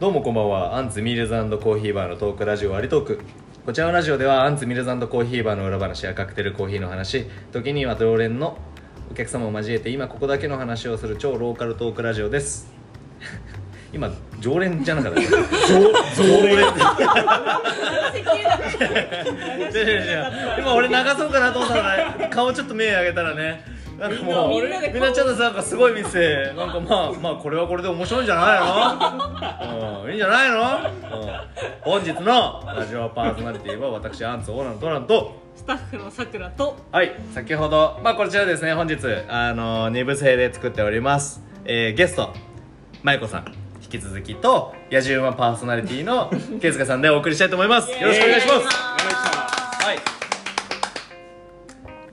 どうもこんばんはアンツミルズコーヒーバーのトークラジオアリトークこちらのラジオではアンツミルズコーヒーバーの裏話やカクテルコーヒーの話時には常連のお客様を交えて今ここだけの話をする超ローカルトークラジオです今常連じゃなかったですか常連違う違う違う今俺流そうかなと思ったら顔ちょっと目上げたらねなんかもうみんなでみんなちょっとなんかすごい店なんかまあまあこれはこれで面白いんじゃないの、うん、いいんじゃないの、うん、本日のラジオパーソナリティは私アンツオーナーのトランとスタッフのさくらとはい先ほどまあこちらですね本日あの二部制で作っております、えーゲストまゆこさん引き続きと野じ馬パーソナリティ の圭介さんでお送りしたいと思いますよろしくお願いしますはい。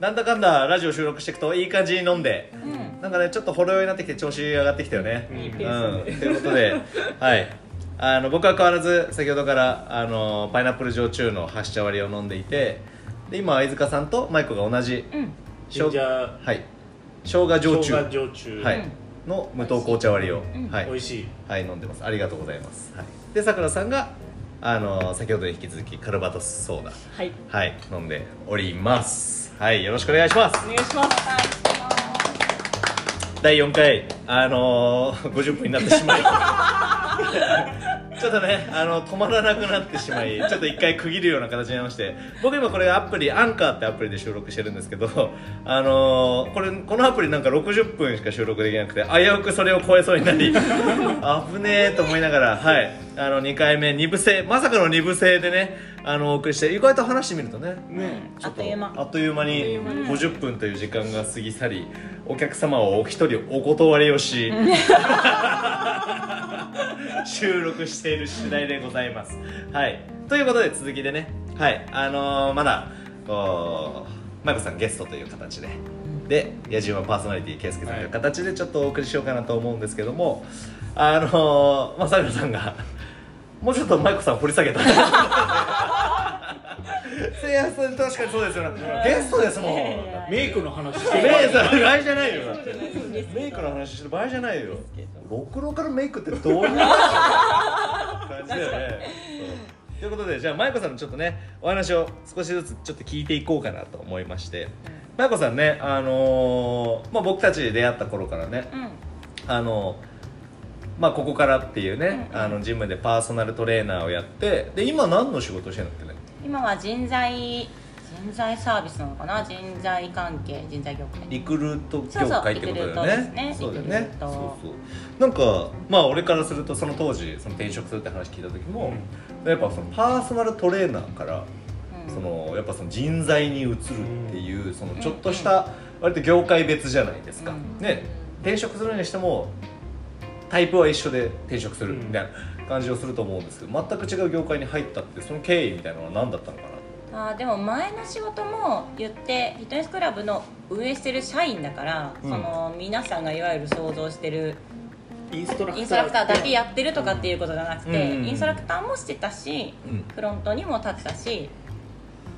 なんだかんだラジオ収録していくといい感じに飲んで、なんかねちょっとほろ酔いになってきて調子上がってきたよね。いいペうんースということで、はい。あの僕は変わらず先ほどからあのパイナップル焼酎の発茶割りを飲んでいて、で今飯塚さんとマイコが同じ、しょうじゃあはい生姜生焼酎姜焼酎はい、の無糖紅茶割りを、はい美味しいはい飲んでますありがとうございます。はい、でさくらさんがあの先ほどに引き続きカルバトスソーダ。はいはい、飲んでおります。はい、よろしくお願いしますお。願いします第4回、あのー、50分になってしまい。ちょっとね、あの止まらなくなってしまいちょっと一回区切るような形になりまして僕今これアプリアンカーってアプリで収録してるんですけど、あのーこれこのアプリなんか60分しか収録できなくて危うくそれを超えそうになり危ねえと思いながら、はい、あの2回目2部制まさかの2部制でねあのお送りして意外と話してみるとねねちょあっという間あっという間に50分という時間が過ぎ去りお客様をお一人お断りをし 収録している次第でございますはいということで続きでねはいあのーまだこうマイコさんゲストという形でで野獣馬パーソナリティ圭介さんという形でちょっとお送りしようかなと思うんですけどもあのーまさくらさんがもうちょっとマイコさんを掘り下げ たせいやさん確かにそうですよねゲストですもんいやいやいやメイクの話しメイてるクの場合じゃないよそうですメイクの話してる場合じゃないよろくろからメイクってどういう感じだよねそうということでじゃあ舞子さんのちょっとねお話を少しずつちょっと聞いていこうかなと思いまして舞子さんねあのーまあ、僕たち出会った頃からねうんあのまあここからっていうね、うんうんあのジムでパーソナルトレーナーをやってで今何の仕事をしてるんだっけね今は人材人材サービスなのかな人材関係人材業界リクルート業界ってことだよねそうそだよねそううリクルートですねリクルートそうなんかまあ俺からするとその当時その転職するって話聞いた時も、やっぱそのパーソナルトレーナーから、うんそのやっぱその人材に移るっていうそのちょっとした割と業界別じゃないですか、うんね転職するにしてもタイプは一緒で転職するみたいな感じをすると思うんですけど全く違う業界に入ったってその経緯みたいなのは何だったのかなあーでも前の仕事も言ってフィットネスクラブの運営してる社員だから、うんその皆さんがいわゆる想像してるインストラインストラクターだけやってるとかっていういうことじゃなくうんて、うんうんインストラクターもしてたしうんフロントにも立ってたし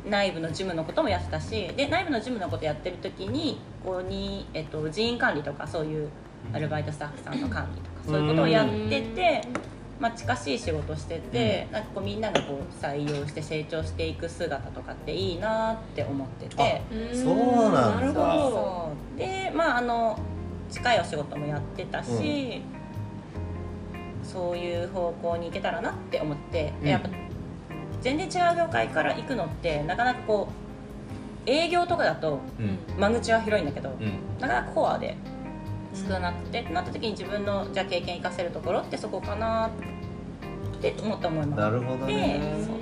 内部の事務のこともやってたしで内部の事務のことやってる時にここに、えっと、人員管理とかそういうアルバイトスタッフさんの管理とかそういうことをやってて、まあ、近しい仕事してて、なんかこうみんながこう採用して成長していく姿とかっていいなって思ってて。そうなんだるほあどそうでまああの近いお仕事もやってたし、そういう方向に行けたらなって思って、うんやっぱ全然違う業界から行くのってなかなかこう営業とかだとうん間口は広いんだけど、うんなかなかコアで少なくて、ってなった時に自分のじゃあ経験生かせるところってそこかなって思った思いますなるほどねでそう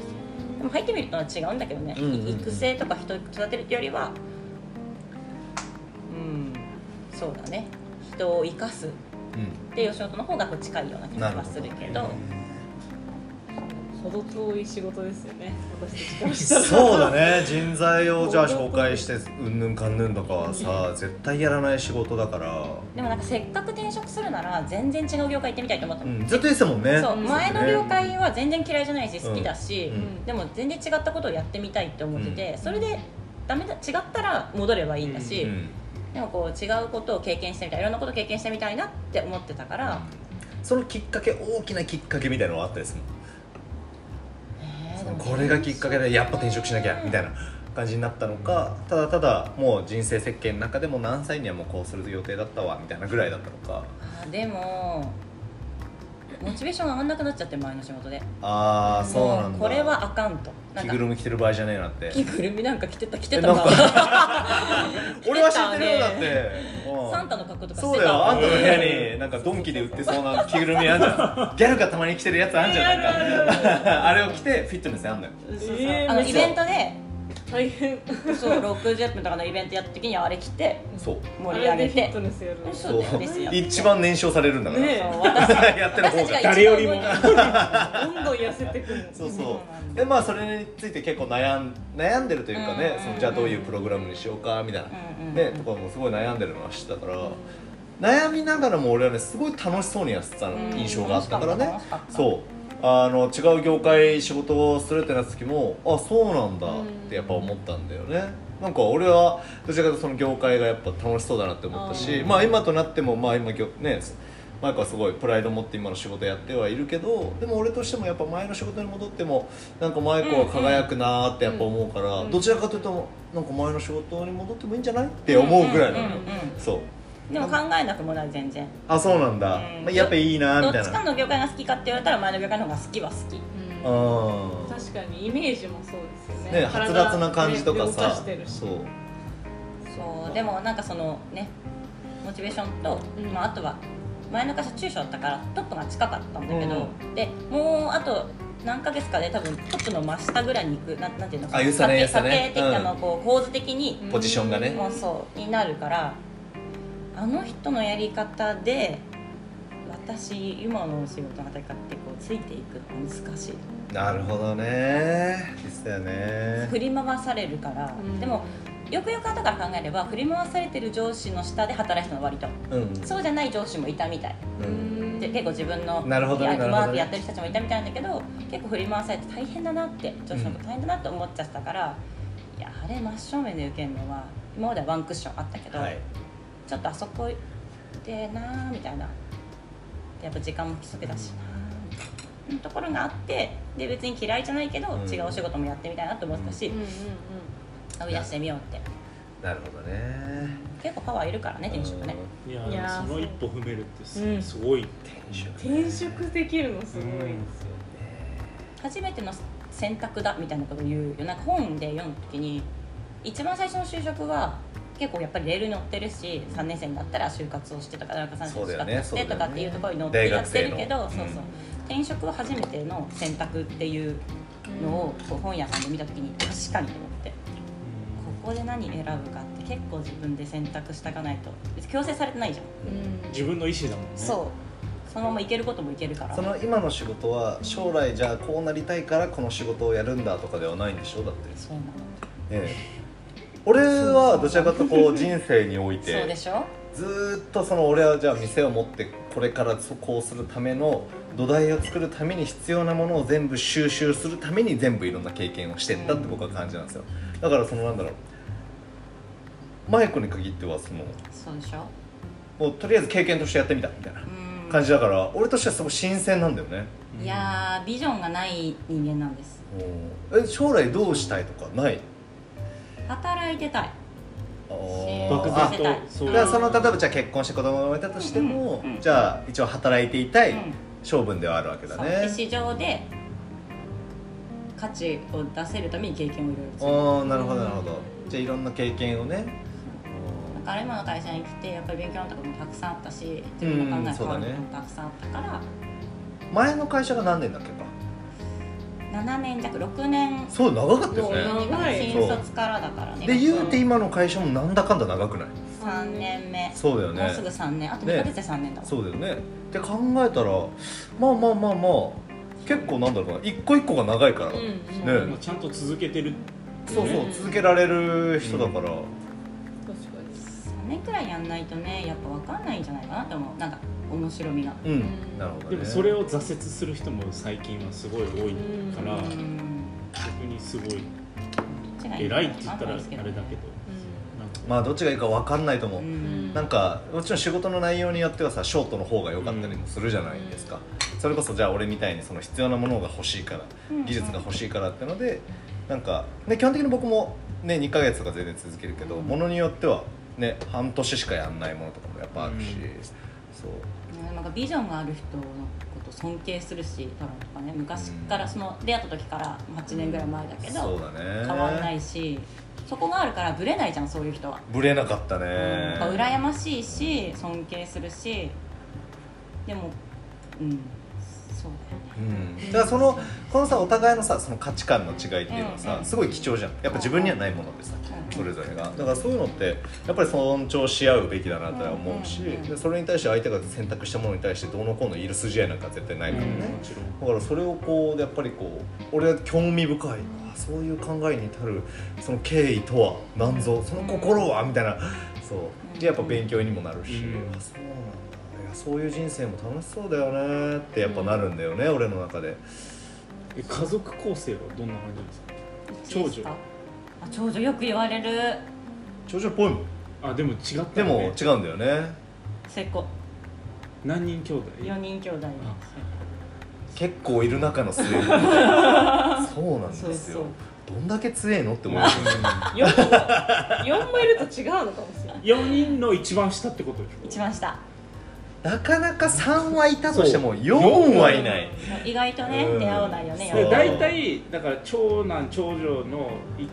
でも入ってみるとは違うんだけどね、うんうんうん育成とか人を育てるってよりはうんそうだね人を生かすっうんて吉本の方がこう近いような気ながるほすどるけどほど遠い仕事ですよね私たちからしたらそうだね人材をじゃあ紹介してうんぬんかんぬんとかはさ絶対やらない仕事だから、でもなんかせっかく転職するなら全然違う業界行ってみたいと思ったうの、ん、ずっと言ってたもんねそううん前の業界は全然嫌いじゃないし好きだし、うんでも全然違ったことをやってみたいって思ってて、それでダメだ違ったら戻ればいいんだし、うんでもこう違うことを経験してみたいいろんなことを経験してみたいなって思ってたから、そのきっかけ大きなきっかけみたいなのはあったですもんえーそでのもこれがきっかけでやっぱ転職しなきゃみたいな感じになったのかただただもう人生設計の中でも何歳にはもうこうする予定だったわみたいなぐらいだったのかあーでもモチベーションが上がんなくなっちゃって前の仕事でああそうなんもだこれはあかんとなん着かぐるみ着てる場合じゃねえなって着ぐるみなんか着てた着てえたなんな 俺は知ってるよだって、うん サンタの格好とかしてそたうだよあんたの部に屋になんかドンキで売ってそうな着ぐるみあんじゃんギャルがたまに着てるやつあんじゃんなんか あれを着てフィットネスやんのよそうそうえーあのめイっちゃベントで大変そう60分とかのイベントやった時にはあれ着てそう盛り上げあれでフィてットネスやるのそうだよですよ一番燃焼されるんだから、ね やってる方が私たちが誰よりも一番動いてどんどん痩せてくるのそうそうそなんうだでまあそれについて結構悩ん悩んでるというかうんうんねうんそのじゃあどういうプログラムにしようかみたいな、うんうんねとかもすごい悩んでるのは知ってたから、悩みながらも俺はねすごい楽しそうにやってたうん印象があったからね楽しかったそうあの違う業界仕事をするってなった時もあそうなんだってやっぱ思ったんだよねなんか俺はどちらかというとその業界がやっぱ楽しそうだなって思ったしうんまあ今となってもまあ今業ねマイクはすごいプライド持って今の仕事やってはいるけどでも俺としてもやっぱ前の仕事に戻ってもなんかマイクは輝くなーってやっぱ思うから、うんどちらかというとなんか前の仕事に戻ってもいいんじゃないって思うぐらいなのよ、うんうんうんそうでも考えなくもない全然あそうなんだ、うんまあ、やっぱいいなーみどったいちかなの業界が好きかって言われたら前の業界の方が好きは好きうんうん確かにイメージもそうですよねねはつらつな感じとか体ね動さしてるしそうそうでもなんかそのねモチベーションと、うんまあ、あとは前の会社中小だったからトップが近かったんだけど、うでもうあと何ヶ月かで多分トップの真下ぐらいに行くなんなんていうのあ言ってたね言って査た定ね査定的なの、うんこう構図的にポジションがねもうそうになるからあの人のやり方で私今のお仕事の働き方ってこうついていくのが難しいなるほどねですよね振り回されるから、うんでもよくよく後から考えれば振り回されてる上司の下で働いてたの割とうんそうじゃない上司もいたみたいうんで結構自分のなるほどねやなるほどねワークやってる人たちもいたみたいなんだけど結構振り回されて大変だなって上司のこと大変だなって思っちゃったから、いやあれ真正面で受けるのは今まではワンクッションあったけど、はいちょっとあそこでなーみたいなでやっぱ時間も不規則だしなーみたいなところがあってで別に嫌いじゃないけど、うん違うお仕事もやってみたいなと思ったし、うんうん飛び出してみようってなるほどね結構パワーいるからね転職ねいやいやーその一歩踏めるってす,、うんごい、転職うん転職できるのすごいですよ、初めての選択だみたいなことを言うよなんか本で読む時に一番最初の就職は結構やっぱりレールに乗ってるし3年生になったら就活をしてとかなんか3年生そうだよ就活ねをしてとかっていうところに乗って大や学って生るのけど、うんそうそう転職は初めての選択っていうのをこう本屋さんで見た時に確かにと思ってここで何選ぶかって結構自分で選択したかないと別に強制されてないじゃん、うん自分の意思だもんねそうそのままいけることもいけるからその今の仕事は将来じゃあこうなりたいからこの仕事をやるんだとかではないんでしょだって、そうなのええ、俺はどちらかというとこう人生においそうでてしょずーっとその俺はじゃあ店を持ってこれからそこうするための土台を作るために必要なものを全部収集するために全部いろんな経験をしてったって僕は感じなんですよだからそのなんだろうマイクに限ってはそのそうでしょもうとりあえず経験としてやってみたみたいなうん感じだから俺としてはすごい新鮮なんだよねうんいやービジョンがない人間なんですえ将来どうしたいとかない働いてたいあ漠ーあ然とそうだいからそのう例えばじゃあ結婚して子供が生まれたとしても、うんうんうんじゃあ一応働いていたいうん性分ではあるわけだそうでね市場で価値を出せるために経験をいろいろ積むおーなるほどなるほどじゃあいろんな経験をねだから今の会社に来てやっぱり勉強のところもたくさんあったし自分の考え変わることもたくさんあったから、前の会社が何年だっけか7年弱6年そう長かったもようね今新卒からだからねで言うて今の会社もなんだかんだ長くない3年目そうだよもうねすぐ3年あと2ヶ月で3年だもん、そうだよねって考えたらまあまあまあまあ結構なんだろうな一個一個が長いから、うんねうんまあちゃんと続けてるそうそううん続けられる人だから、確かに3年くらいやんないとねやっぱ分かんないんじゃないかなって思うなんか面白みがうん、んなるほど、ね、でもそれを挫折する人も最近はすごい多いから、あうん逆にすごい違う偉いって言ったらあれだけど、うんなんかまあどっちがいいか分かんないと思う、んなんかもちろん仕事の内容によってはさショートの方が良かったりもするじゃないですか、それこそじゃあ俺みたいにその必要なものが欲しいから、技術が欲しいからってのでなんか、ね、基本的に僕も、ね、2ヶ月とか全然続けるけど、ものによっては、ね、半年しかやんないものとかもやっぱあるし、うんそうなんかビジョンがある人のこと尊敬するし太郎とかね昔からその出会った時から8年ぐらい前だけそどうだね変わんないしそこがあるからブレないじゃんそういう人は、ぶれなかったね、やっぱ羨ましいし尊敬するしでもうんそうだよねうん、だからそのこのさお互いのさその価値観の違いっていうのはさ、うんすごい貴重じゃんやっぱ自分にはないものでさ、うんそれぞれがだからそういうのってやっぱり尊重し合うべきだなって思うし、うんうんうんでそれに対して相手が選択したものに対してどうのこうのいる筋合いなんか絶対ないうんからね、もちろんだからそれをこうやっぱりこう俺は興味深いあそういう考えに至るその経緯とは何ぞその心はみたいなそうでやっぱ勉強にもなるし、うんあそうなんだいやそういう人生も楽しそうだよねってやっぱなるんだよね、俺の中でえ家族構成はどんな感じですか長いいです女かあ長女よく言われる長女っぽいもんあでも違った、ね、でも違うんだよね成功何人兄弟4人兄弟のあ結構いる中 の末そうなんですよそうそうどんだけ強えのって 思い ますよね四も四もいると違うのかもしれない4人の一番下ってことでしょ一番下なかなか3はいたとしても4はいない意外とねうん出会わないよねそうでやっぱり大体だから長男長女のい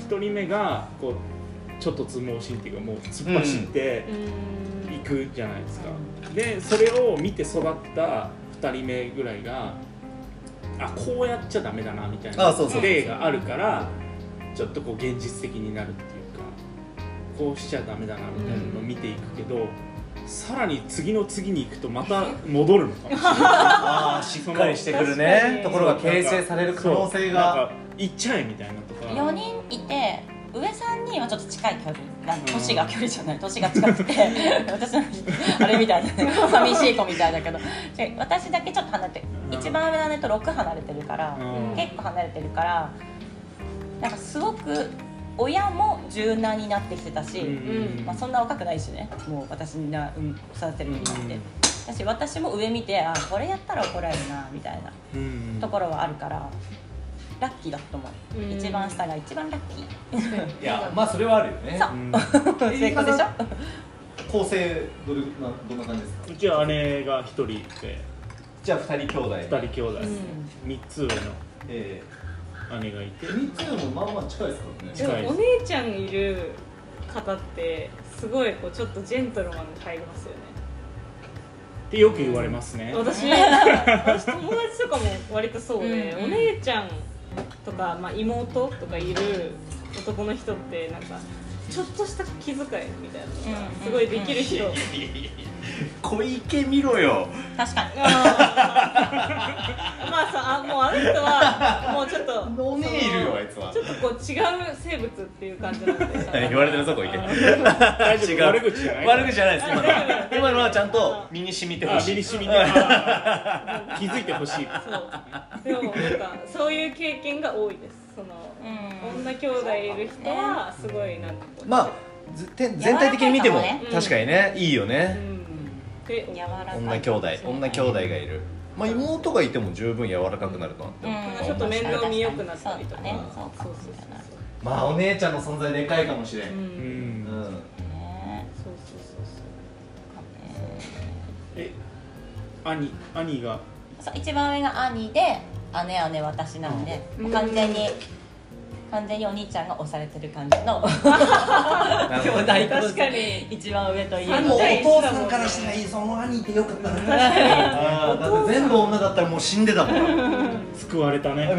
一人目がこうちょっと相撲心っていうかもう突っ走っていくじゃないですか、でそれを見て育った2人目ぐらいがあこうやっちゃダメだなみたいあなそうそうそう例があるからちょっとこう現実的になるっていうかこうしちゃダメだなみたいなのを見ていくけど、さらに次の次に行くとまた戻るのかもしれないああしっかりしてくる確かねにところが形成される可能性そうなんがか行っちゃえみたいなとか4人いて上3人はちょっと近い距離なんうん年が距離じゃない年が近くて 私のあれみたいなね寂しい子みたいだけど違う私だけちょっと離れてうん一番上の姉と6離れてるからうん結構離れてるからなんかすごく親も柔軟になってきてたし、うんまあ、そんな若くないしねもう私にな、うん、育てるようになって、うんだし私も上見てあこれやったら怒られるなみたいなうんところはあるからラッキーだと思う、うん一番下が一番ラッキ ーいやまあそれはあるよねうん成功でしょ構成どれなどんな感じですかうちは姉が一人いてじゃあ2人兄弟二人兄弟うん三つ上えの姉がいて3つもまあまあ近いですで近いもお姉ちゃんいる方ってすごいこうちょっとジェントルマンが入りますよねってよく言われます ね私私友達とかも割とそうで、うんうんお姉ちゃんとか、まあ、妹とかいる男の人ってなんかちょっとした気遣いみたいなうのんがすごいできる人、小池見ろよ確かにあーまあさあもうあの人はもうちょっとお姉いるよあいつはそのちょっとこう違う生物っていう感じ なんで言われてるぞ小池大丈違夫う悪口じゃない悪口じゃないです今の大丈は 夫今のはちゃんと身に染みてほあし身いに染みてあー気づいてほしいそうでもなんかそういう経験が多いですその、うん女兄弟いる人はすごいなんかこうまあずて全体的に見ても柔らかいかもね確かにねいいようねんで柔らかい女兄弟女兄弟がいるまあ妹がいても十分柔らかくなるとなってうんちょっと面倒見よくなったりとそかうだねそうかそうもそうしれないそうまあお姉ちゃんの存在でかいかもしれ、うんうんんうんねそうそうそうそえ兄兄がそう一番上が兄で姉姉私なので、うんもう完全に完全にお兄ちゃんが押されてる感じの兄弟 確かに一番上といえあばのでもお父さんからしたらいいその兄いてよかったなあーだって全部女だったらもう死んでたもんね救われたねうす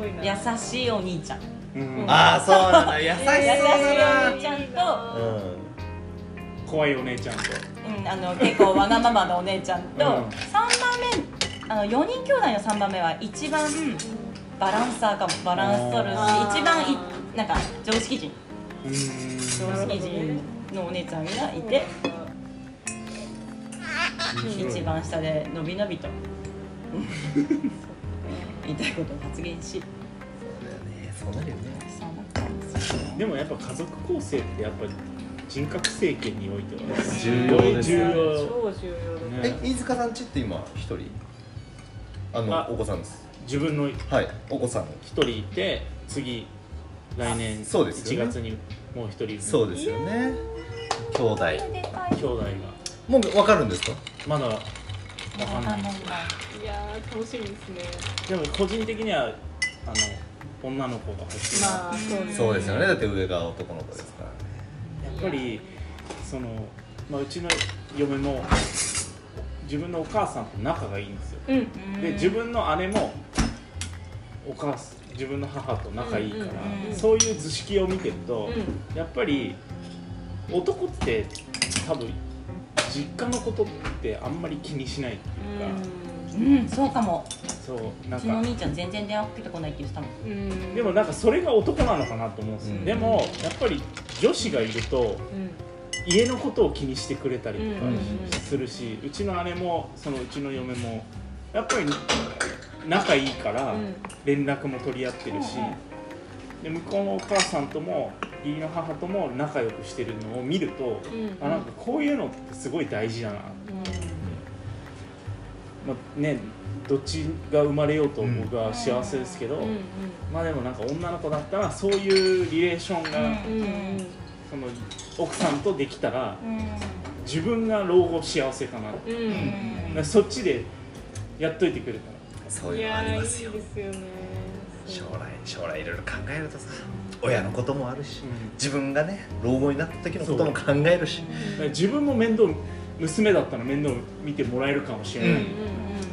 ごいな優しいお兄ちゃん優うんああそうなんだ優しそうしいだお兄ちゃんと、な怖いお姉ちゃんとうん、あの結構わがままのお姉ちゃんと、うん三番目あの4人兄弟の3番目は一番バランサーかもバランス取るしあー一番いなんか常識人うん常識人のお姉ちゃんがいて、一番下でのびのびと言いたいことを発言しそうだよねそうなるよねそうなったんですよねでもやっぱ家族構成ってやっぱり人格整形においては重要です重ね要超重要だねねえ飯塚さんちって今一人あのあお子さんです自分のはいお子さん一人いて次来年そうです1よね月にもう一人そうすですよね兄弟でかい兄弟がもう分かるんですかまだわわかんないいやー楽しみですねでも個人的にはあの女の子が欲しいな、まあそうねそうですよねだって上が男の子ですからやっぱりその、まあ、うちの嫁も自分のお母さんと仲がいいんですようんで自分の姉もお母さん自分の母と仲いいから、うんうんうんそういう図式を見てると、うんやっぱり男って多分実家のことってあんまり気にしないっていうか、うんそうかもそうなうんちのおか兄ちゃん全然電話かけてこないって言ってたもんうんでもなんかそれが男なのかなと思うんですよ、うんでもやっぱり女子がいるとうん家のことを気にしてくれたりとかうんうんするし、うちの姉もそのうちの嫁もやっぱり仲いいからうん連絡も取り合ってるし、うんうで向こうのお母さんとも義理の母とも仲良くしてるのを見ると、うんあなんかこういうのってすごい大事だな、まあね、どっちが生まれようと僕は幸せですけど、うんうんまあでもなんか女の子だったらそういうリレーションが、うんうんその奥さんとできたらう自分が老後幸せかな、だかうんんらそっちでやっといてくれたらそういいうのやありーいいまですすよよね将来将来いろいろ考えるとさ親のこともあるし、うん自分がね老後になった時のことも考えるしだから自分も面倒娘だったら面倒見てもらえるかもしれない、ううんうんうん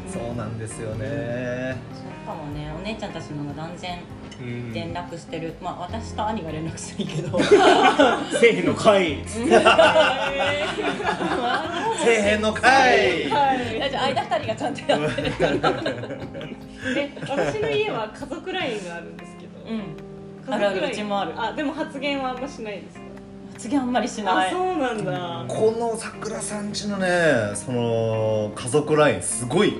そうなんですよねそうかもねお姉ちゃんたちの方が断然うん連絡してる、まあ私と兄が連絡してるけ どせえへんのかいえせえへんのかいーはいだって間二人がちゃんとやってるからで私の家は家族ラインがあるんですけど、うん 家族 LINE あるあるうちもあるあでも発言はあんましないです次あんまりしなあいそうなんだこのさくらさんちのねその家族ラインすごい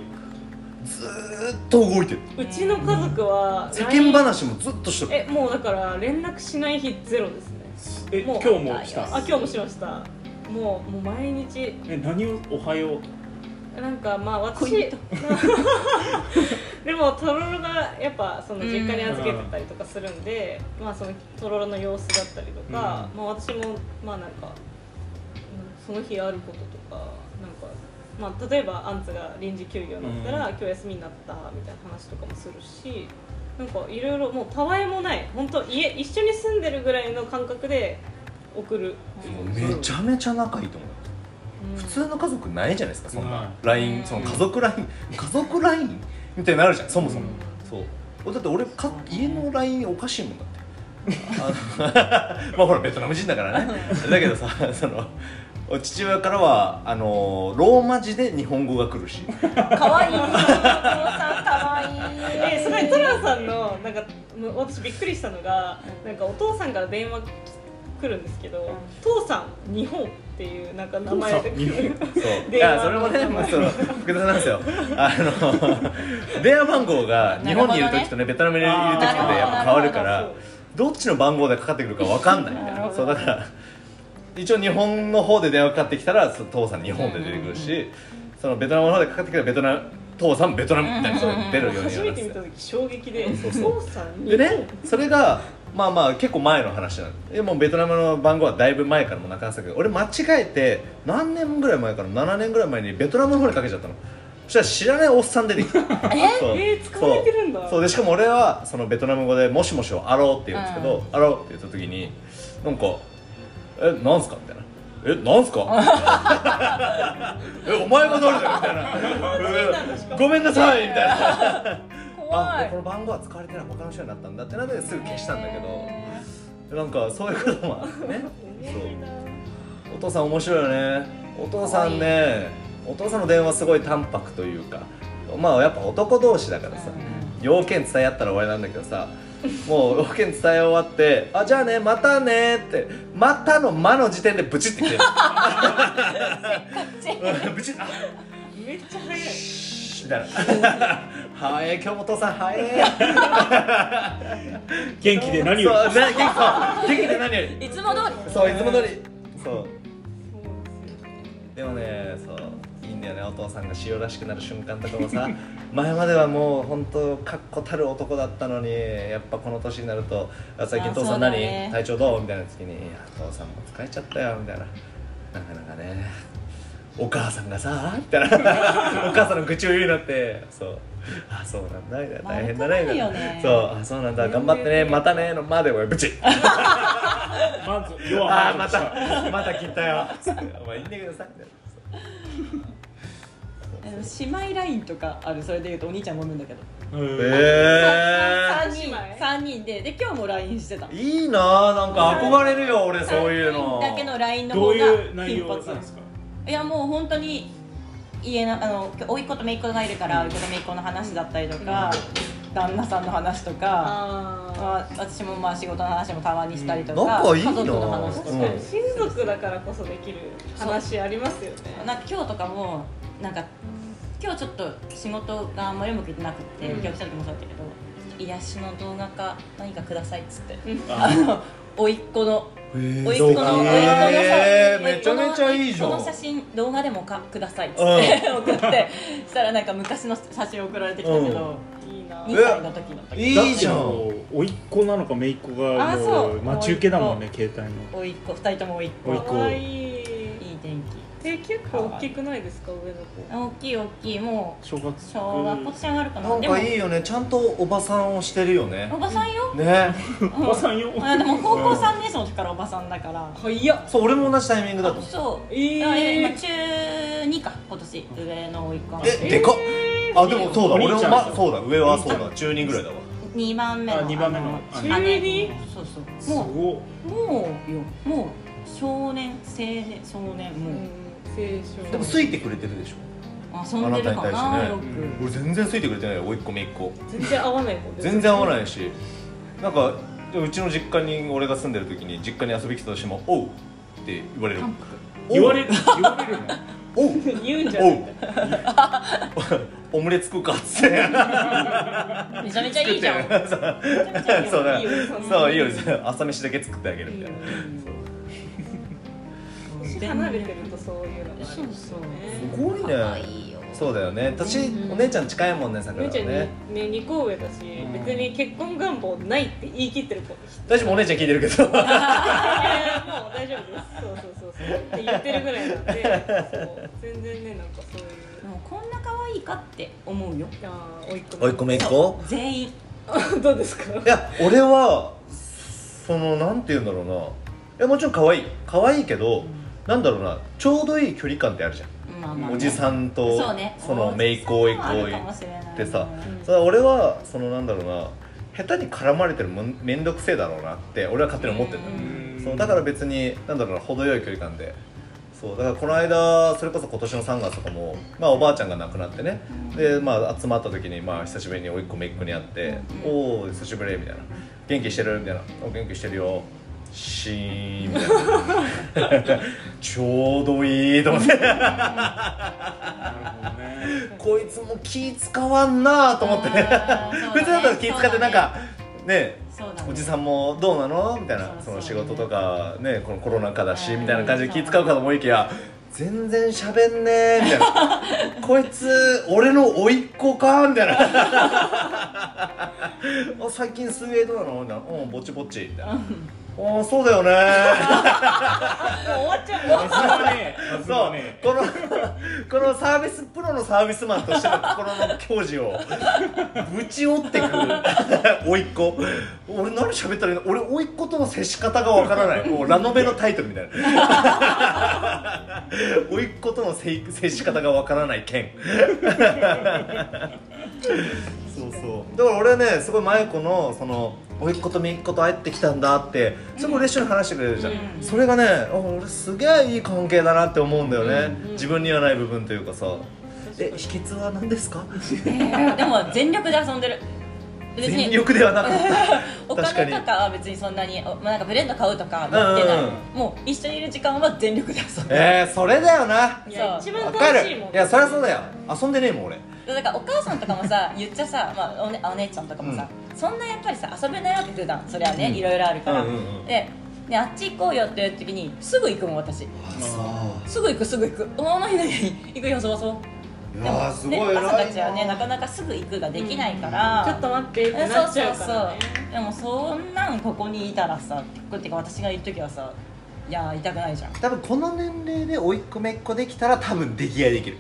ずーっと動いてるうちの家族は世 LINE 間話もずっとしてるえもうだから連絡しない日ゼロですねえも今う日も来たあ今日もしましたもうもう毎日え何をおはようなんかまあ恋私人 でもとろろがやっぱその実家に預けてたりとかするんで、まあそのとろろの様子だったりとか、まあ私もまあなんかうんその日あることとかなんかまあ例えばアンツが臨時休業になったら、うん今日休みになったみたいな話とかもするしなんかいろいろもうたわいもない本当家一緒に住んでるぐらいの感覚で送るもうめちゃめちゃ仲いいと思ううん普通の家族ないじゃないですかそんうなん LINE その家族 LINE 家族 LINE みたいになるじゃんそもそもそうだって俺か家の LINE おかしいもんだってあの まあほらベトナム人だからねだけどさそのお父親からはあのローマ字で日本語が来るし可愛いお父さん可愛いえすごいトラさんのなんかもう私びっくりしたのがなんかお父さんから電話来るんですけど「父さん日本」っていうなんか名前父さでん日本そうい電や話それもね、まあ、その複雑なんですよあの 電話番号が日本にいる時とねベトナムにいる時とでなるほどやっぱ変わるかなるらほどどっちの番号でかかってくるかわかんないみたいなるなほどそうだから一応日本の方で電話かかってきたらそ父さん日本で出てくるし、そのベトナムの方でかかってきたらベトナム父さんベトナムみたいなそう出るように 初はめなってて見てた時衝撃でそうそう父さん日で本ねそれがまあまあ結構前の話なんでもうベトナムの番号はだいぶ前からもなくなってたけど俺間違えて何年ぐらい前から7年ぐらい前にベトナムの方にかけちゃったのそしたら知らないおっさん出てきたそう えー使われてるんだそうそうでしかも俺はそのベトナム語で「もしもし」を「あろう」って言うんですけど「あろう」って言った時になんか「えなんすか?」みたいな「えなんすか? え」お前が誰だよ」みたいなうん「ごめんなさい」みたいなあ怖でいこの番号は使われてない他の人になったんだってなのですぐ消したんだけどなんかそういうこともあってね そうお父さん面白いよねお父さんねお父さんの電話すごい淡白というかまあやっぱ男同士だからさ要件伝え合ったら終わりなんだけどさもう要件伝え終わって「あじゃあねまたね」って「また」の「間の時点でブチって きてる ブチッあめっちゃ早いシュみたいな はえ今日もお父さんはえ元気で何そようりな元気そう元気で何よりいつも通りそういつも通りそうそうですよねでもねそういいんだよねお父さんが塩らしくなる瞬間とかもさ 前まではもう本当かっこたる男だったのにやっぱこの年になると「あ最近あ父さんそうだ何、ね体調どう?」みたいな時にいや「父さんも疲れちゃったよ」みたいななかなかねお母さんがさみ たいなお母さんの愚痴を言うようになってそう「あそうなんだ」みたいな大変だねみたいな丸くなるよねそう「あそうなんだ頑張ってねまたね」の「ま」でもブチッまず要あはあまた また来たよつってお前言ってくださいみたいなあの姉妹ラインとかあるそれで言うとお兄ちゃんもるんだけどええ3人姉妹三人でで今日も LINE してたえいいなあなんか憧れるよ俺そういうの三人だけの LINE のど方がういう内頻容なん発ですかいやもう本当に家のあの甥っ子と姪っ子がいるから甥っ子と姪っ子の話だったりとか、旦那さんの話とか、あまあ、私もまあ仕事の話もたまにしたりとうんか、仲いいな家族の話とあか、うん確かに親族だからこそできる話ありますよねなんか今日とかもなんか今日ちょっと仕事があんまりうまくいってなくて、うん今日来た時もそうだったけど癒しの動画か何かくださいっつってあ甥っ子の甥っえ子の甥っ子のさえ甥めっちゃ子のめちゃいいじゃん甥っ子の写真動画でもかくださいっつって、 送ってそしたらなんか昔の写真送られてきたけど、いいな2歳の時の時えいいじゃんもう甥っ子なのか姪っ子があもそうう待ち受けだもんね携帯の甥っ子2人とも甥っ子甥っ子かわいいいい天気で結構大きくないですか上の子大きい大きいも小学う小学校年上がるかななんでもかいいよねちゃんとおばさんをしてるよねおばさんよねおばさんよあでも高校3年生の時からおばさんだから早っそう俺も同じタイミングだと思うそう、えーだから今中2か今年上の甥っ子がえでかっあでもそうだお兄俺ちゃんもまそうだ上はそうだ中2ぐらいだわ2番目あの二番目のああ姉中そうすそうもごいうもうよもう少年青年少年もうう、ん青春でもス好いてくれてるでしょ遊んでるかあななたよにく、対してねうん俺全然好いてくれてないよ甥っ子姪っ子全然合わないもん全然合わいないしなんかでもうちの実家に俺が住んでる時に実家に遊び来たとしても「おう」って言われる韓おう言われる言われるのおう 言うんじゃなおいうオムレツ食う かっつってめちゃめちゃいいじゃんめちゃめちゃいいよそうだいいよそういいよ朝飯だけ作ってあげるみたいな年離れてるとそういうのがあるんですよねすごい可愛ねいよそうだよね私うんお姉ちゃん近いもんねめ桜いはちゃんねねね二個上だしん別に結婚願望ないって言い切ってる子でした大丈夫お姉ちゃん聞いてるけ どもう大丈夫ですそうそうそうそうって言ってるぐらいなんでそう全然ねなんかそういうでもこんな可愛いかって思うよあーおいっ子甥っ子姪っ子全員どうですかいや俺はそのなんて言うんだろうないやもちろん可愛い可愛いけどなんだろうなちょうどいい距離感ってあるじゃんまあまあ、おじさんとそうねその姪っ子甥っ子おじさんはあるかもしれないってさうんそれは俺はそのなんだろうな下手に絡まれてるもん面倒くせえだろうなって俺は勝手に思ってるんだようんそうだから別になんだろうな程よい距離感でそうだからこの間それこそ今年の3月とかも、まあ、おばあちゃんが亡くなってねで、まあ、集まった時に、まあ、久しぶりに甥っ子姪っ子に会って「うんおお久しぶり」みたいな「元気してる?」みたいな「お元気してるよ」シーン みたいなちょうどいいと思ってなるほどねこいつも気使わんなと思ってあ ーそうだね普通だったら気使ってなんかねそうだねおじさんもどうなのみたいなそそうの仕そう事とかねこのコロナ禍だしうんみたいな感じで気使うかと思いきや全然しゃべんねえみたい なこいつ俺の甥っ子かみたいな あ最近水泳どうなのみたいなうんぼちぼちみたいなああそうだよねもう終わっちゃうはずはねはずそはうねこのこのサービスプロのサービスマンとしての心の矜持をぶち折ってくる甥っ子俺何喋ったらいいの俺甥っ子との接し方がわからないもうラノベのタイトルみたいな甥っ子とのせい接し方がわからない件そうそうだから俺はねすごい麻友子のその甥っ子と姪っ子と会ってきたんだってすごい嬉しそうに話してくれるじゃん、うんそれがねあ俺すげえいい関係だなって思うんだよね、うん自分にはない部分というかさえ秘訣は何ですかでも全力で遊んでる 別全に力ではなかったお確かに金とかは別にそんなにおまあ、なんかブレンド買うとか持ってない、うんうんもう一緒にいる時間は全力で遊んでる、えー、それだよないやそ一う番わか楽しいるもいんやそりゃそうだよ遊んでねえもん俺だからお母さんとかもさ言っちゃさ、まあ、お,、ね、お姉ちゃんとかもさ、そんなやっぱりさ遊べないわけ普段それはね、うんいろいろあるから、うんうんうんでであっち行こうよって言った時にすぐ行くもん私すぐ行くすぐ行くおお何何行くよそうそういでやーすごい偉いね、な朝たちはねなかなかすぐ行くができないから、ちょっと待ってってえそなうっちそゃううかそらうねでもそんなんここにいたらさこうっていうか私がいる時はさいやー痛くないじゃん多分この年齢で甥っ子姪っ子できたら多分出来合いできる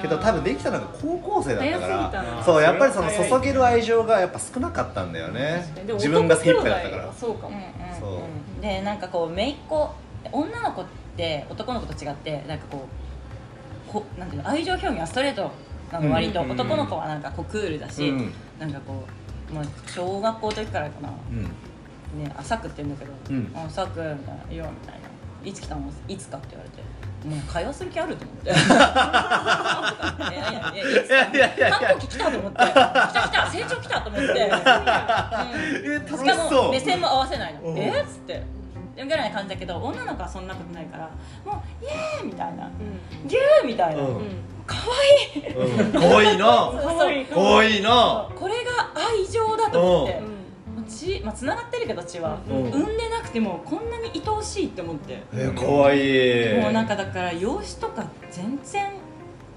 けどあー多分できたのが高校生だったか早すぎたらなそうやっぱりそのそれは早い注げる愛情がやっぱ少なかったんだよね確かにでも自分が精一杯だったか男兄弟らはそうかうんも、うんそうんでなんかこう姪っ子女の子って男の子と違ってなんかこうこなんていうの愛情表現はストレートなの割と、うん男の子はなんかこうクールだし、うんなんかこう、まあ、小学校の時からかなうんね浅くって言うんだけど「うんあ浅く」みたいな「いいよ」みたいな「いつ来たのいつか」って言われて「もう会話する気ある?」と思って「いいやいやいやいやいつかやいや反抗期来た」と思って「来た来た成長来た」と思って、うんえ楽ししかそもう目線も合わせないのう「んえっ?」つってみたいな感じだけど女の子はそんなことないからもう「イエーイ!」みたいな「ギュー!」みたいな、うんかわいいうんかわいいなかわいいかわいいなこれが愛情だと思って、うんもう血まあ、繋がってるけど血は、うん産んでなくてもこんなに愛おしいって思って、えーかわいいもうなんかだから養子とか全然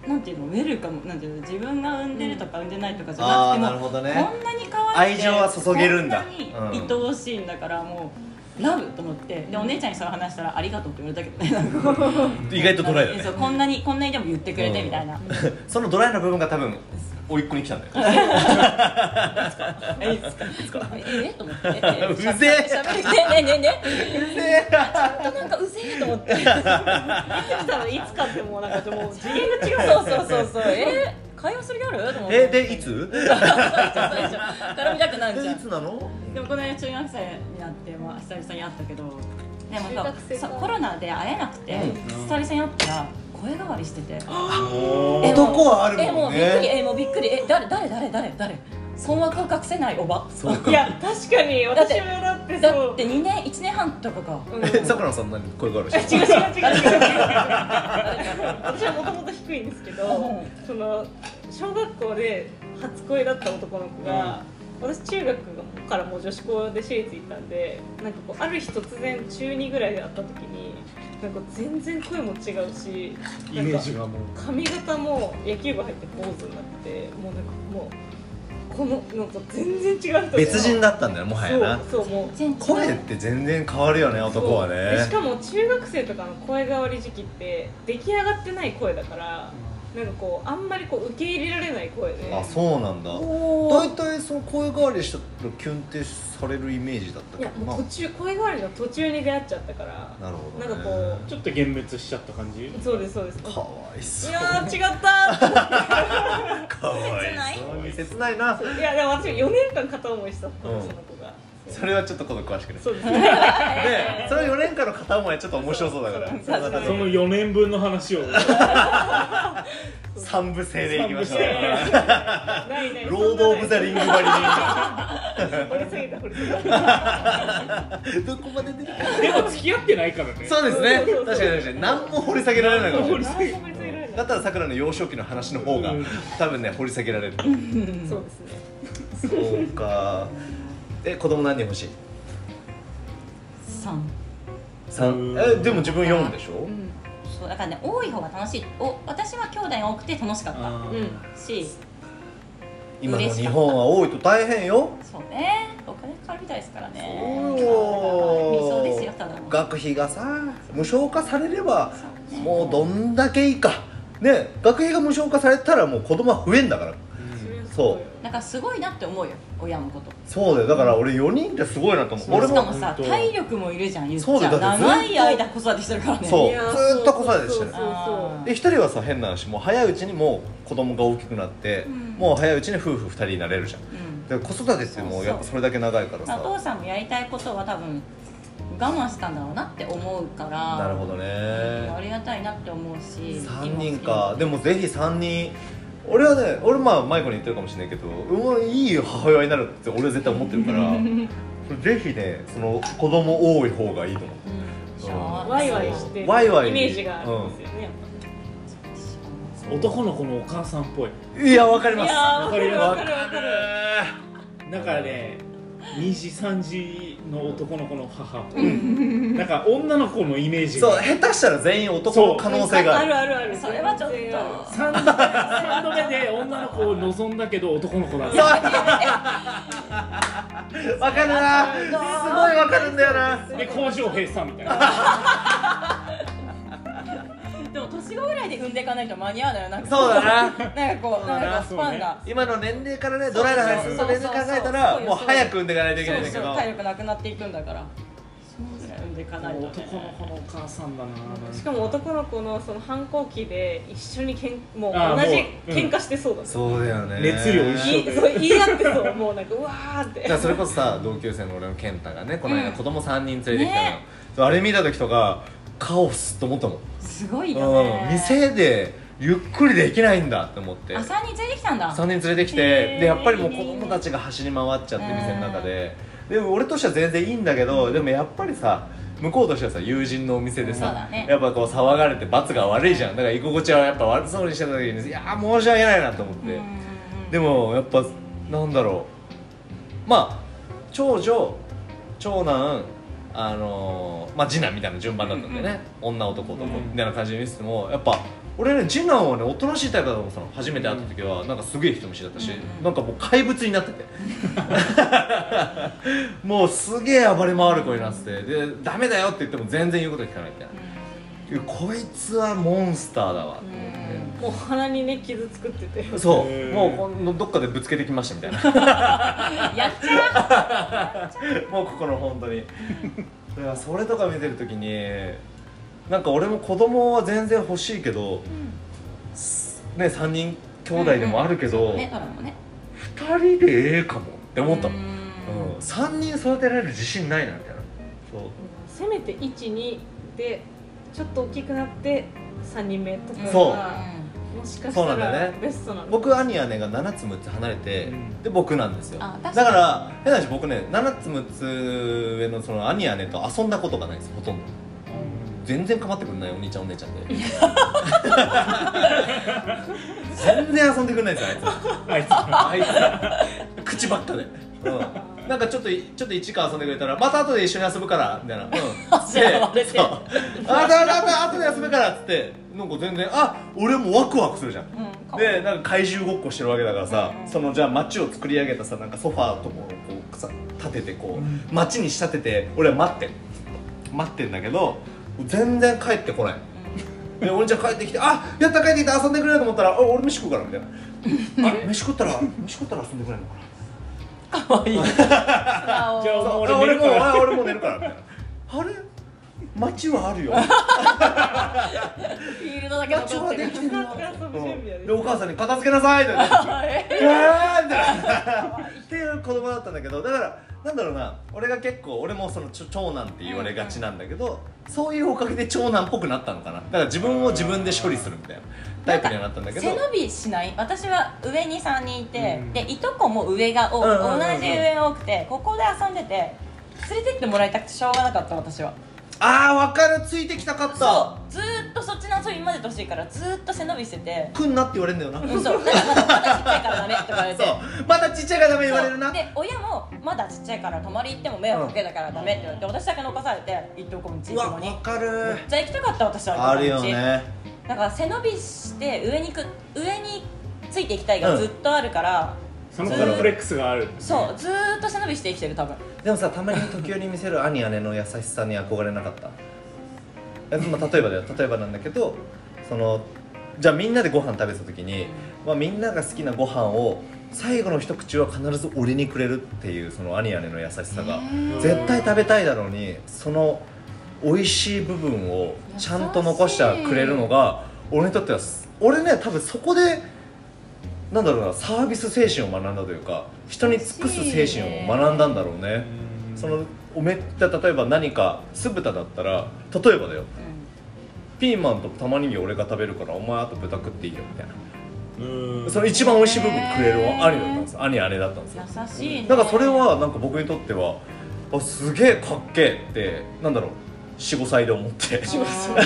なんていうのウェルカムなんていうの自分が産んでるとか産んでないとかじあゃーななくるほてもどこんねなに可愛い愛情は注げるんだこんなに愛おしいんだからもうラブと思ってでお姉ちゃんにそれ話したらありがとうって言われたけどねなんかこ意外とうドライだそうねこんなにこんなにでも言ってくれてうんみたいな、そのドライな部分が多分甥っ子に来たんだよえいつかええと思ってえうぜえしゃべるねえねえねえうぜえちょっとなんかうぜえと思ってうん、多分いつかってもうなんかでも次元が違うそうそうそうそうえ会話する気あると思ってえでいつ絡みたくなるじゃいんつなのでもこの間中学生になって、まあ、久々に会ったけどでも中さ学生かそうコロナで会えなくて、久々に会ったら声変わりしてておえ男はあるえももうんびっくりねえもうびっくりえ誰誰誰誰誰困惑を隠せないおばいや確かにだって私もだってそうだって2年1年半とかかうんえさくらさん何声変わりして違う違う違う違誰かう私はもともと低いんですけどうその小学校で初恋だった男の子が、私中学からもう女子校で私立行ったんでなんかこうある日突然中2ぐらいで会った時になんか全然声も違うしイメージがもうなんか髪型も野球部入って坊主になっててもうなんかもうこのなんか全然違う人が別人だったんだよもはやなそうそうもう全然声って全然変わるよね男はそうでしねかも中学生とかの声変わり時期って出来上がってない声だからなんかこうあんまりこう受け入れられない声であそうなんだお大ー体その声変わりしたらキュンってされるイメージだったいけやどもなう途中声変わりの途中に出会っちゃったからなるほどなねんかこちょっと幻滅しちゃった感じうそうですそうですかわいそいうやー違ったかわいそう切ないなーいやでも私4年間片思いしたその子が、それはちょっと今度詳しくねそうです ねねそれ4年間の片思いはちょっと面白そうだからそうそうその4年分の話 を三部制でいきましょう三部ないないロード・オブ・ザ・リング割掘りすぎた掘りすぎたりにどこまで出るかでも付き合ってないからねそうですね確かに確かに何も掘り下げられないかもしれない何も掘りすぎられなだいったらさくらの幼少期の話の方がうん多分ね掘り下げられるそうですねそうかえ子供何人欲しいさん三うんえでも自分四でしょうんそうだからね多い方が楽しいお私は兄弟が多くて楽しかっあうーんたし今の日本は多いと大変よそうねお金かかるみたいですからねそうはい理想よですよただの学費がさ無償化されればそうねもうどんだけいいかね学費が無償化されたらもう子供は増えんだからそうなんかすごいなって思うよ親のことそうだよだから俺4人ってすごいなと思う俺しかももさ本当体力もいるじゃん言っちそうだゃよだってずっと長い間子育てしてるからねそういやずーっと子育てしてるそうそうそうで1人はさ変な話もう早いうちにもう子供が大きくなって、うんもう早いうちに夫婦2人になれるじゃんうんで子育てってもうやっぱそれだけ長いからまあさお父さんもやりたいことは多分我慢したんだろうなって思うからなるほどあねりがたいなって思うし3人かでもぜひ3人俺はね俺まあマイコに言ってるかもしれないけどうまいい母親になるって俺は絶対思ってるからぜひねその子供多い方がいいと思うううんんワイワイしてるワイワイイメージがあるんですよねやっぱそう男の子のお母さんっぽいいやわかりますいやーわかりますわかるわかるだからね2時3時の男の子の母、うんなんか女の子のイメージそうが下手したら全員男の可能性がああるるあるあるそれはちょっ全然あると3度目三度目で女の子を望んだけど男の子だっそうたわかるなすごいわかるんだよなで工場閉鎖みたいなでも年子ぐらいで産んでいかないと間に合わないよなんかそうだななんかこうそうなだなんかスパンが今の年齢からねドライな話すると年齢考えたそうらそうもう早く産んでいかないといけそないんうだけそどう体力なくなっていくんだからそうだよ産んでいかないとね男の子のお母さんだななんしかも男の子のその反抗期で一緒にけんもうあー同じもううん喧嘩してそうだ、そうだよね熱量一緒いそう言い合ってそうもうなんかうわーっ てだからそれこそさ同級生の俺の健太がねこの間うん子供3人連れてきたのよね、そうあれ見た時とかカオスと思ったもん、すごいようん、ね店でゆっくりできないんだって思ってあ3人連れてきたんだ3人連れてきてへーでやっぱりもう子供たちが走り回っちゃってうん店の中ででも俺としては全然いいんだけどでもやっぱりさ向こうとしてはさ友人のお店でそうさだ、ねやっぱこう騒がれて罰が悪いじゃんだから居心地はやっぱ悪そうにしてた時にいやー申し訳ないなと思って、でももやっぱなんだろうまあ長女長男あのーまあ次男みたいな順番だったんでね、女男男みたいな感じに見せてもやっぱ俺ね次男はねおとなしいタイプだと思ってたの初めて会った時はなんかすげえ人見知りだったし、うんなんかもう怪物になってて もうすげえ暴れ回る子になっててでダメだよって言っても全然言うこと聞かないみたいな、いやこいつはモンスターだわって思って。もう鼻にね傷作っててそへうーもうこのどっかでぶつけてきましたみたいなやっちゃうもうここの本当にだからそれとか見てる時になんか俺も子供は全然欲しいけど、ね3人兄弟でもあるけど、ねトラもね2人でええかもって思ったうもん、うんん3人育てられる自信ないなみたいなそうせめて12でちょっと大きくなって3人目とかがそうもしかしそうなたんだよらねベストなの僕兄姉が7つ6つ離れて、うんで僕なんですよあだ確かかにら変な話僕ね7つ6つ上のその兄姉と遊んだことがないですほとんど全然構ってくんないお兄ちゃんお姉ちゃんで全然遊んでくんないですよあいつああいつあいつ口ばっかで、うん、なんかちょっといちょっと一回遊んでくれたらまた後で一緒に遊ぶからみたいな、うん、で じゃあ割れてそうあだだだ後で遊ぶからっつってなんか全然あ俺もワクワクするじゃんうんかでなんか怪獣ごっこしてるわけだからさ、うんそのじゃあ街を作り上げたさなんかソファーともこうさ立ててこう街に仕立てて俺は待ってん待ってんだけど全然帰ってこないで俺じゃん帰ってきて「あやった帰ってきた遊んでくれる」と思ったらあ「俺飯食うから」みたい な「あ飯食ったら飯食ったら遊んでくれるのかな」 顔じゃあそう俺あ俺寝るもからあ俺も寝るから」みたいな「あれ 街はあ るよ」フィールドだけ街残っはてでるきてるよ遊ぶ準備はできでてるお母さんに片付けなさいって言ってはいえーみたいなっていう子供だったんだけどだからなんだろうな俺が結構俺もそのちょ長男って言われがちなんだけど、そういうおかげで長男っぽくなったのかなだから自分を自分で処理するみたいなタイプにはなったんだけど背伸びしない私は上に3人いて、うんでいとこも上が多く、うんうんうんうん同じ上多くてここで遊んでて連れてってもらいたくてしょうがなかった私はああ分かるついてきたかったずーっとそっちの遊び混ぜてほしいからずーっと背伸びし ててくんなって言われるんだよな、うんそうそうなんかまだまだちっちゃいからダメって言われてまたちっちゃいからダメ言われるなそうで親もまだちっちゃいから泊まり行っても迷惑かけたからダメって言われて私だけ残されて一等こんちういわとこに分かるじゃあ行きたかった私はあるよねだから背伸びして上にく上についていきたいがずっとあるから、そのコンプレックスがあるそうずーっと背伸びして生きてる多分でもさたまに時折見せる兄姉の優しさに憧れなかったえまあ例えばだよ例えばなんだけどそのじゃあみんなでご飯食べてた時に、まあ、みんなが好きなご飯を最後の一口は必ず俺にくれるっていうその兄姉の優しさが絶対食べたいだろうにその美味しい部分をちゃんと残してくれるのが俺にとってはす俺ね多分そこでなんだろうなサービス精神を学んだというか人に尽くす精神を学んだんだろうね。そのおめじゃあ例えば何か酢豚だったら例えばだよピーマンと玉ねぎ俺が食べるからお前あと豚食っていいよみたいなうんその一番美味しい部分くれるへー兄だったんです兄あれだったんですよ優しいねだからそれはなんか僕にとってはあすげえかっけえってなんだろう45歳で思ってしますごい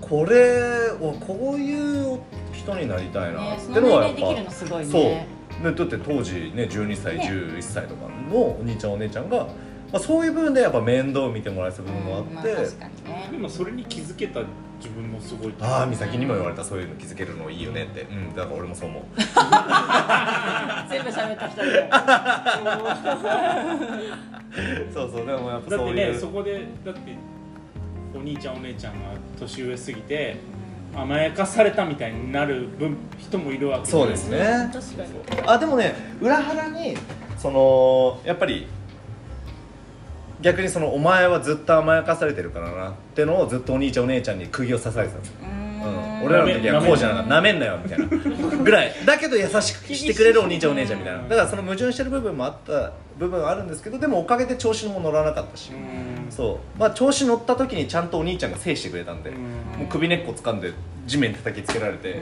これをこういう人になりたいなねっそてのの年は齢でやっきるぱのすごいそうねね、だって当時ね12歳、ね11歳とかのお兄ちゃんお姉ちゃんが、まあ、そういう部分でやっぱ面倒を見てもらえた部分もあっうんて、まあ確かにねでもそれに気づけた自分もすごいと思うああ美咲にも言われたそういうの気づけるのいいよねってうんだから俺もそう思う全部喋った二人でそうそうでもやっぱだっそうていねうそこでだってお兄ちゃんお姉ちゃんが年上すぎて甘やかされたみたいになる分人もいるわけじゃそなういですね確かにあでもね裏腹にそのやっぱり逆にそのお前はずっと甘やかされてるからなってのをずっとお兄ちゃんお姉ちゃんに釘を刺されてたんですよ、うん、俺らの時はこうじゃなかったなめんなよみたいなぐらいだけど優しくしてくれるお兄ちゃんお姉ちゃんみたいなだからその矛盾してる部分もあった部分はあるんですけどでもおかげで調子も乗らなかったし、うんそうまあ調子乗った時にちゃんとお兄ちゃんが制してくれたんで、もうう首根っこ掴んで地面叩きつけられて、ん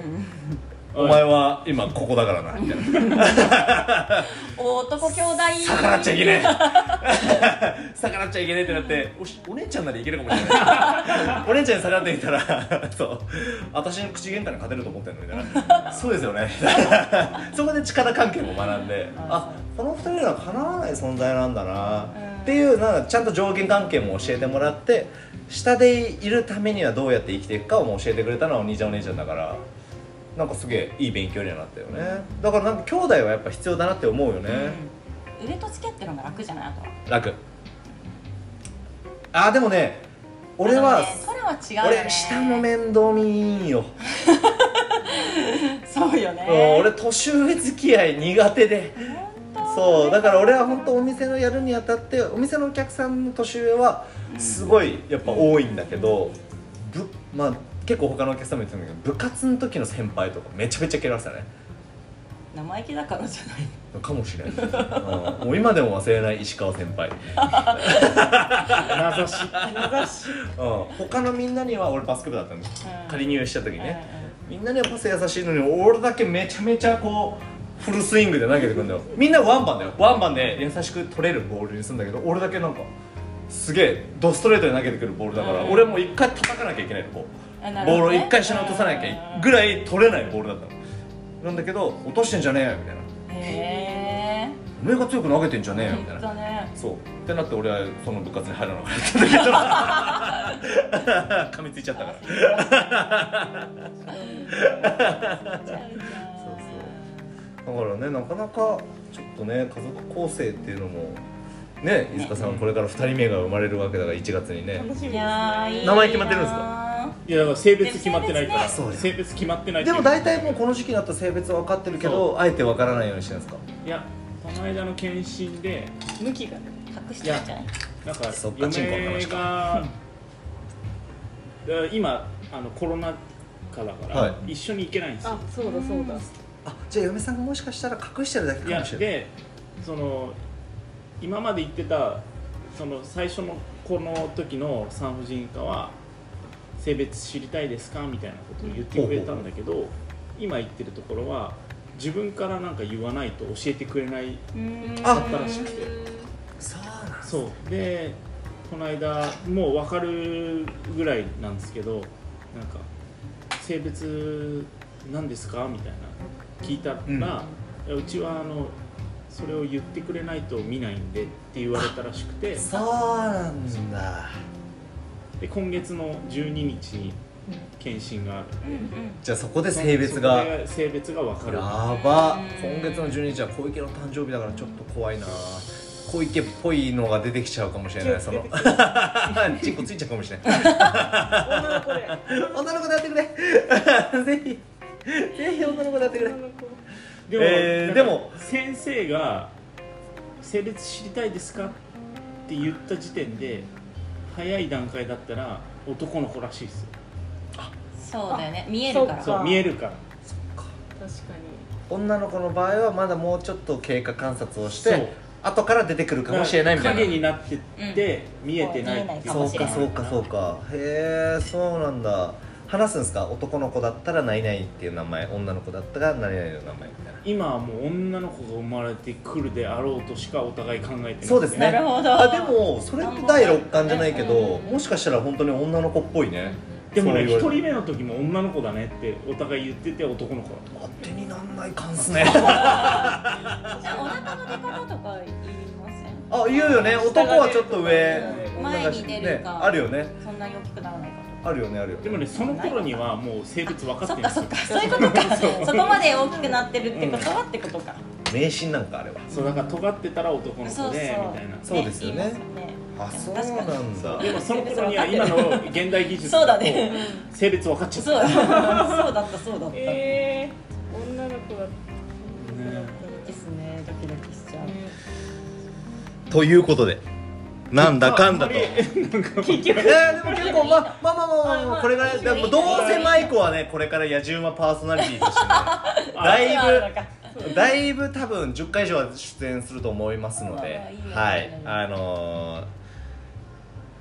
お前は今ここだからなみたいな男兄弟逆らっちゃいけ ねえ逆らっちゃいけねえってなっておしお姉ちゃんならいけるかもしれない お姉ちゃんに逆らってみたら そう私の口喧嘩に勝てると思ってるのみたいなそうですよね そこで力関係も学んであこの二人はかなわない存在なんだなっていうなんかちゃんと上下関係も教えてもらって下でいるためにはどうやって生きていくかをもう教えてくれたのはお兄ちゃんお姉ちゃんだからなんかすげえいい勉強にはなったよねだからなんか兄弟はやっぱ必要だなって思うよね、上と付き合ってるのが楽じゃないあとは楽あーでもね俺は、あのね空は違うよね俺下も面倒見いいよ、そうよねもう俺年上付き合い苦手でそうだから俺は本当お店のやるにあたってお店のお客さんの年上はすごいやっぱ多いんだけど、ぶまあ結構他のお客さんも言ってたんだけど部活の時の先輩とかめちゃめちゃ嫌われてたね生意気だからじゃないかもしれない、うんもう今でも忘れない石川先輩名指しうん、他のみんなには俺バスケ部だったんです、うん仮入した時ね、うんうんみんなにはパス優しいのに俺だけめちゃめちゃこうフルスイングで投げてくんだよみんなワンバンだよワンバンで優しく取れるボールにするんだけど俺だけなんかすげえドストレートで投げてくるボールだから、うん俺もう一回叩かなきゃいけないのこあう、なるボほールをどね一回しな落とさなきゃいぐらい取れないボールだったのなんだけど落としてんじゃねえよみたいなへえおめえが強く投げてんじゃねえよみたい本な当ねそうってなって俺はその部活に入らなかったんだけど 噛みついちゃったからそうそうだからねなかなかちょっとね家族構成っていうのもね飯塚さんこれから2人目が生まれるわけだから1月にね楽しみですねいやーいい名前決まってるんですかいやだから性別決まってないからそうです性別決まってないってでいうも大体もうこの時期になったら性別は分かってるけどあえて分からないようにしてるんですかいやこの間の検診で向きがね隠してるんじゃないなんかそっかチンコの嫁話がうん今あのコロナ禍だから、は一緒に行けないんですよあそうだそうだあじゃあ嫁さんがもしかしたら隠してるだけいやでその今まで行ってたその最初のこの時の産婦人科は性別知りたいですかみたいなことを言ってくれたんだけど今行ってるところは自分からなんか言わないと教えてくれないあ新しくてそうなんですそうでこの間もう分かるぐらいなんですけどなんか性別なんですかみたいな聞いたら、うんいやうちはあのそれを言ってくれないと見ないんでって言われたらしくてそうなんだで今月の12日に検診があるうんうんじゃあそこで性別がそこで性別が分かるやば今月の12日は小池の誕生日だからちょっと怖いな小池っぽいのが出てきちゃうかもしれないその チンコついちゃうかもしれない女の子で 女の子でやってくれぜひぜひ女の子でやってくれ女の子でも,、えーでも先生が性別知りたいですかって言った時点で早い段階だったら男の子らしいですよそうだよね見えるからそそうう見えるから確かに女の子の場合はまだもうちょっと経過観察をしそうて後から出てくるかもしれないみたいな影になってって見えてないっていうかもそうしれかないそうかそうかへえそうなんだ話すんですか男の子だったら何々っていう名前女の子だったら何々の名前みたいな今はもう女の子が生まれてくるであろうとしかお互い考えてないそうですねなるほどあでもそれって第六感じゃないけど、うんもしかしたら本当に女の子っぽいねでもねそう言一われ人目の時も女の子だねってお互い言ってて男の子だった当てになんないかんっすね じゃあお腹の出方とか言いませんあ言うよね男はちょっと上うん女が前に出るかね、あるよねそんなに大きくならないかあるよねあるよねでもねその頃にはもう性別分かとってそるっんでかすそよっかそういうことかそこまで大きくなってるってことはってことか迷信なんかあればそうだから尖ってたら男のそ子うそうでみたいなそうですよね言いあますそようね確かなにんだでもその頃には今の現代技術そうだだとね性別分かっちゃっそうただそうだったそうだった、えー、女の子だっですねドキドキしちゃうということでなんだかん だと結え局ー、でも結構まあまあまあまあまあ、まあ、これぐらいでもどうせマイコはねこれから野獣馬パーソナリティとしてねだい ぶだいぶ多分10回以上は出演すると思いますのであいいねはいあのー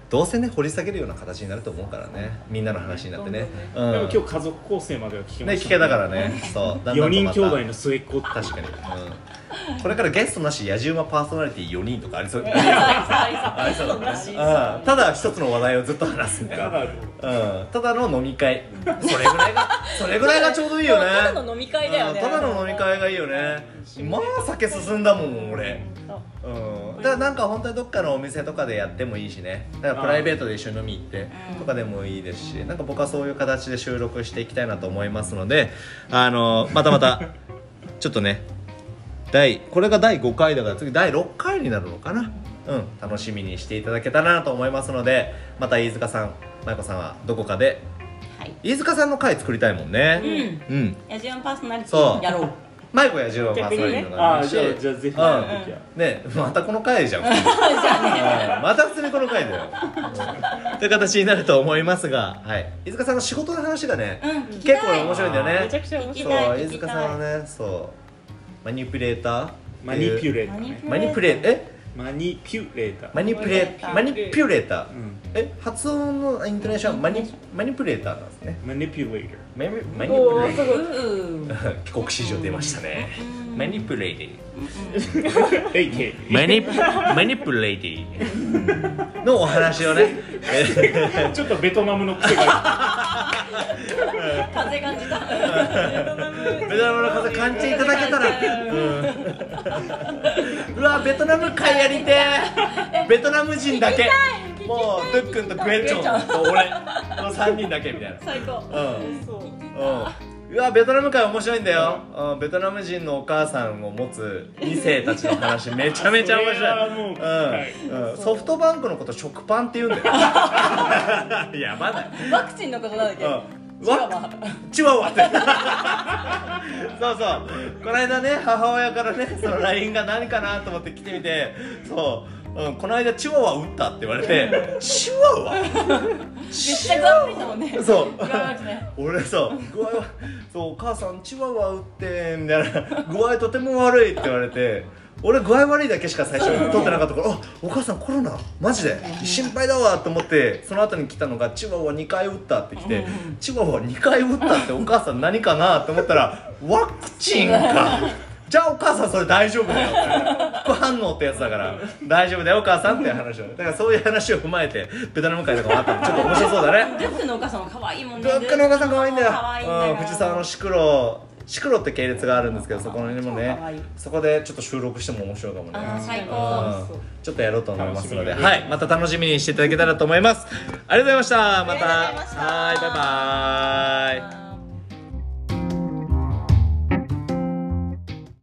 どうせね掘り下げるような形になると思うからねみんなの話になってねうんでも今日家族構成までは聞けまねし聞たけたからねそうだんだんとまた4人兄弟の末っ子確かに、うん、これからゲストなし野獣馬パーソナリティ4人とかありそうありそうだなうんただ一つの話題をずっと話すみたいたなだうん、ただの飲み会それぐらいがそれぐらいがちょうどいいよねただの飲み会だよねうんただの飲み会がいいよねまあ酒進んだもん俺うん、だからなんか本当にどっかのお店とかでやってもいいしねだからプライベートで一緒に飲み行ってうんとかでもいいですしなんか僕はそういう形で収録していきたいなと思いますのであのまたまた ちょっとね第これが第5回だから次第6回になるのかなうん楽しみにしていただけたらなと思いますのでまた飯塚さん舞子さんはどこかではい飯塚さんの回作りたいもんうねんうん、野獣パーソナリティやろうマイコやジローはそういうのがあああるしじゃあじゃあぜひうんあの時はねまたこの回じゃんうんまた普通にこの回だよ、うんという形になると思いますが、はい、飯塚さんの仕事の話がね、うん聞きたい結構面白いんだよめちゃねくちゃ面聞き白いそうたい聞飯きたい塚さんはねそうマニピュレーターマニピュレレーターねマニピュレーえマニピュレーターマニピュレママニニピュレーターうんえ発音のイントネーションはマニマニピュレーターなんですねマニピュレーターマニマニピおュレーーすタごい ー帰国史上出ましたねマニピュレーティレイケイマニマニプレイティのお話を ねちょっとベトナムの癖があ風感じたベトナムの方感じていただけたら、うわベトナム会やりてーベトナム人だけもうドゥックンとクエンチョンと俺の3人だけみたいな最高うんそううんうわベトナム会面白いんだよ、うん、ベトナム人のお母さんを持つ2世たちの話めちゃめちゃ面白いそれはもううんうん、ソフトバンクのこと食パンって言うんだ よやばないワクチンのことなんだっけうんチワわワチワワってそうそうこの間ね母親からねその LINE が何かなと思って来てみてそう、うん、この間チワワ打ったって言われ てチワワめっちゃ頑張りたもんね そう頑張ってね俺さ具合はそうお母さんチワワ打ってみたいな具合とても悪いって言われて俺具合悪いだけしか最初取ってなかったからあお母さんコロナマジで心配だわと思ってその後に来たのがチワワ2回打ったって来てチワワ2回打ったってお母さん何かなと思ったらワクチンかじゃあお母さんそれ大丈夫だよ副反応ってやつだから大丈夫だよお母さんっていう話をだからそういう話を踏まえてベトナム会とかもあったんでちょっと面白そうだねルックのお母さんも可愛いもんねブックのお母さん可愛いんだよ可愛いんうん、藤沢のシクロシクロって系列があるんですけどそこにも超可愛ねいそこでちょっと収録しても面白いかもねあー最うん高ちょっとやろうと思いますので、楽しみだはねい、また楽しみにしていただけたらと思いますありがとうございましたまたありがとうございましたはいバイバイ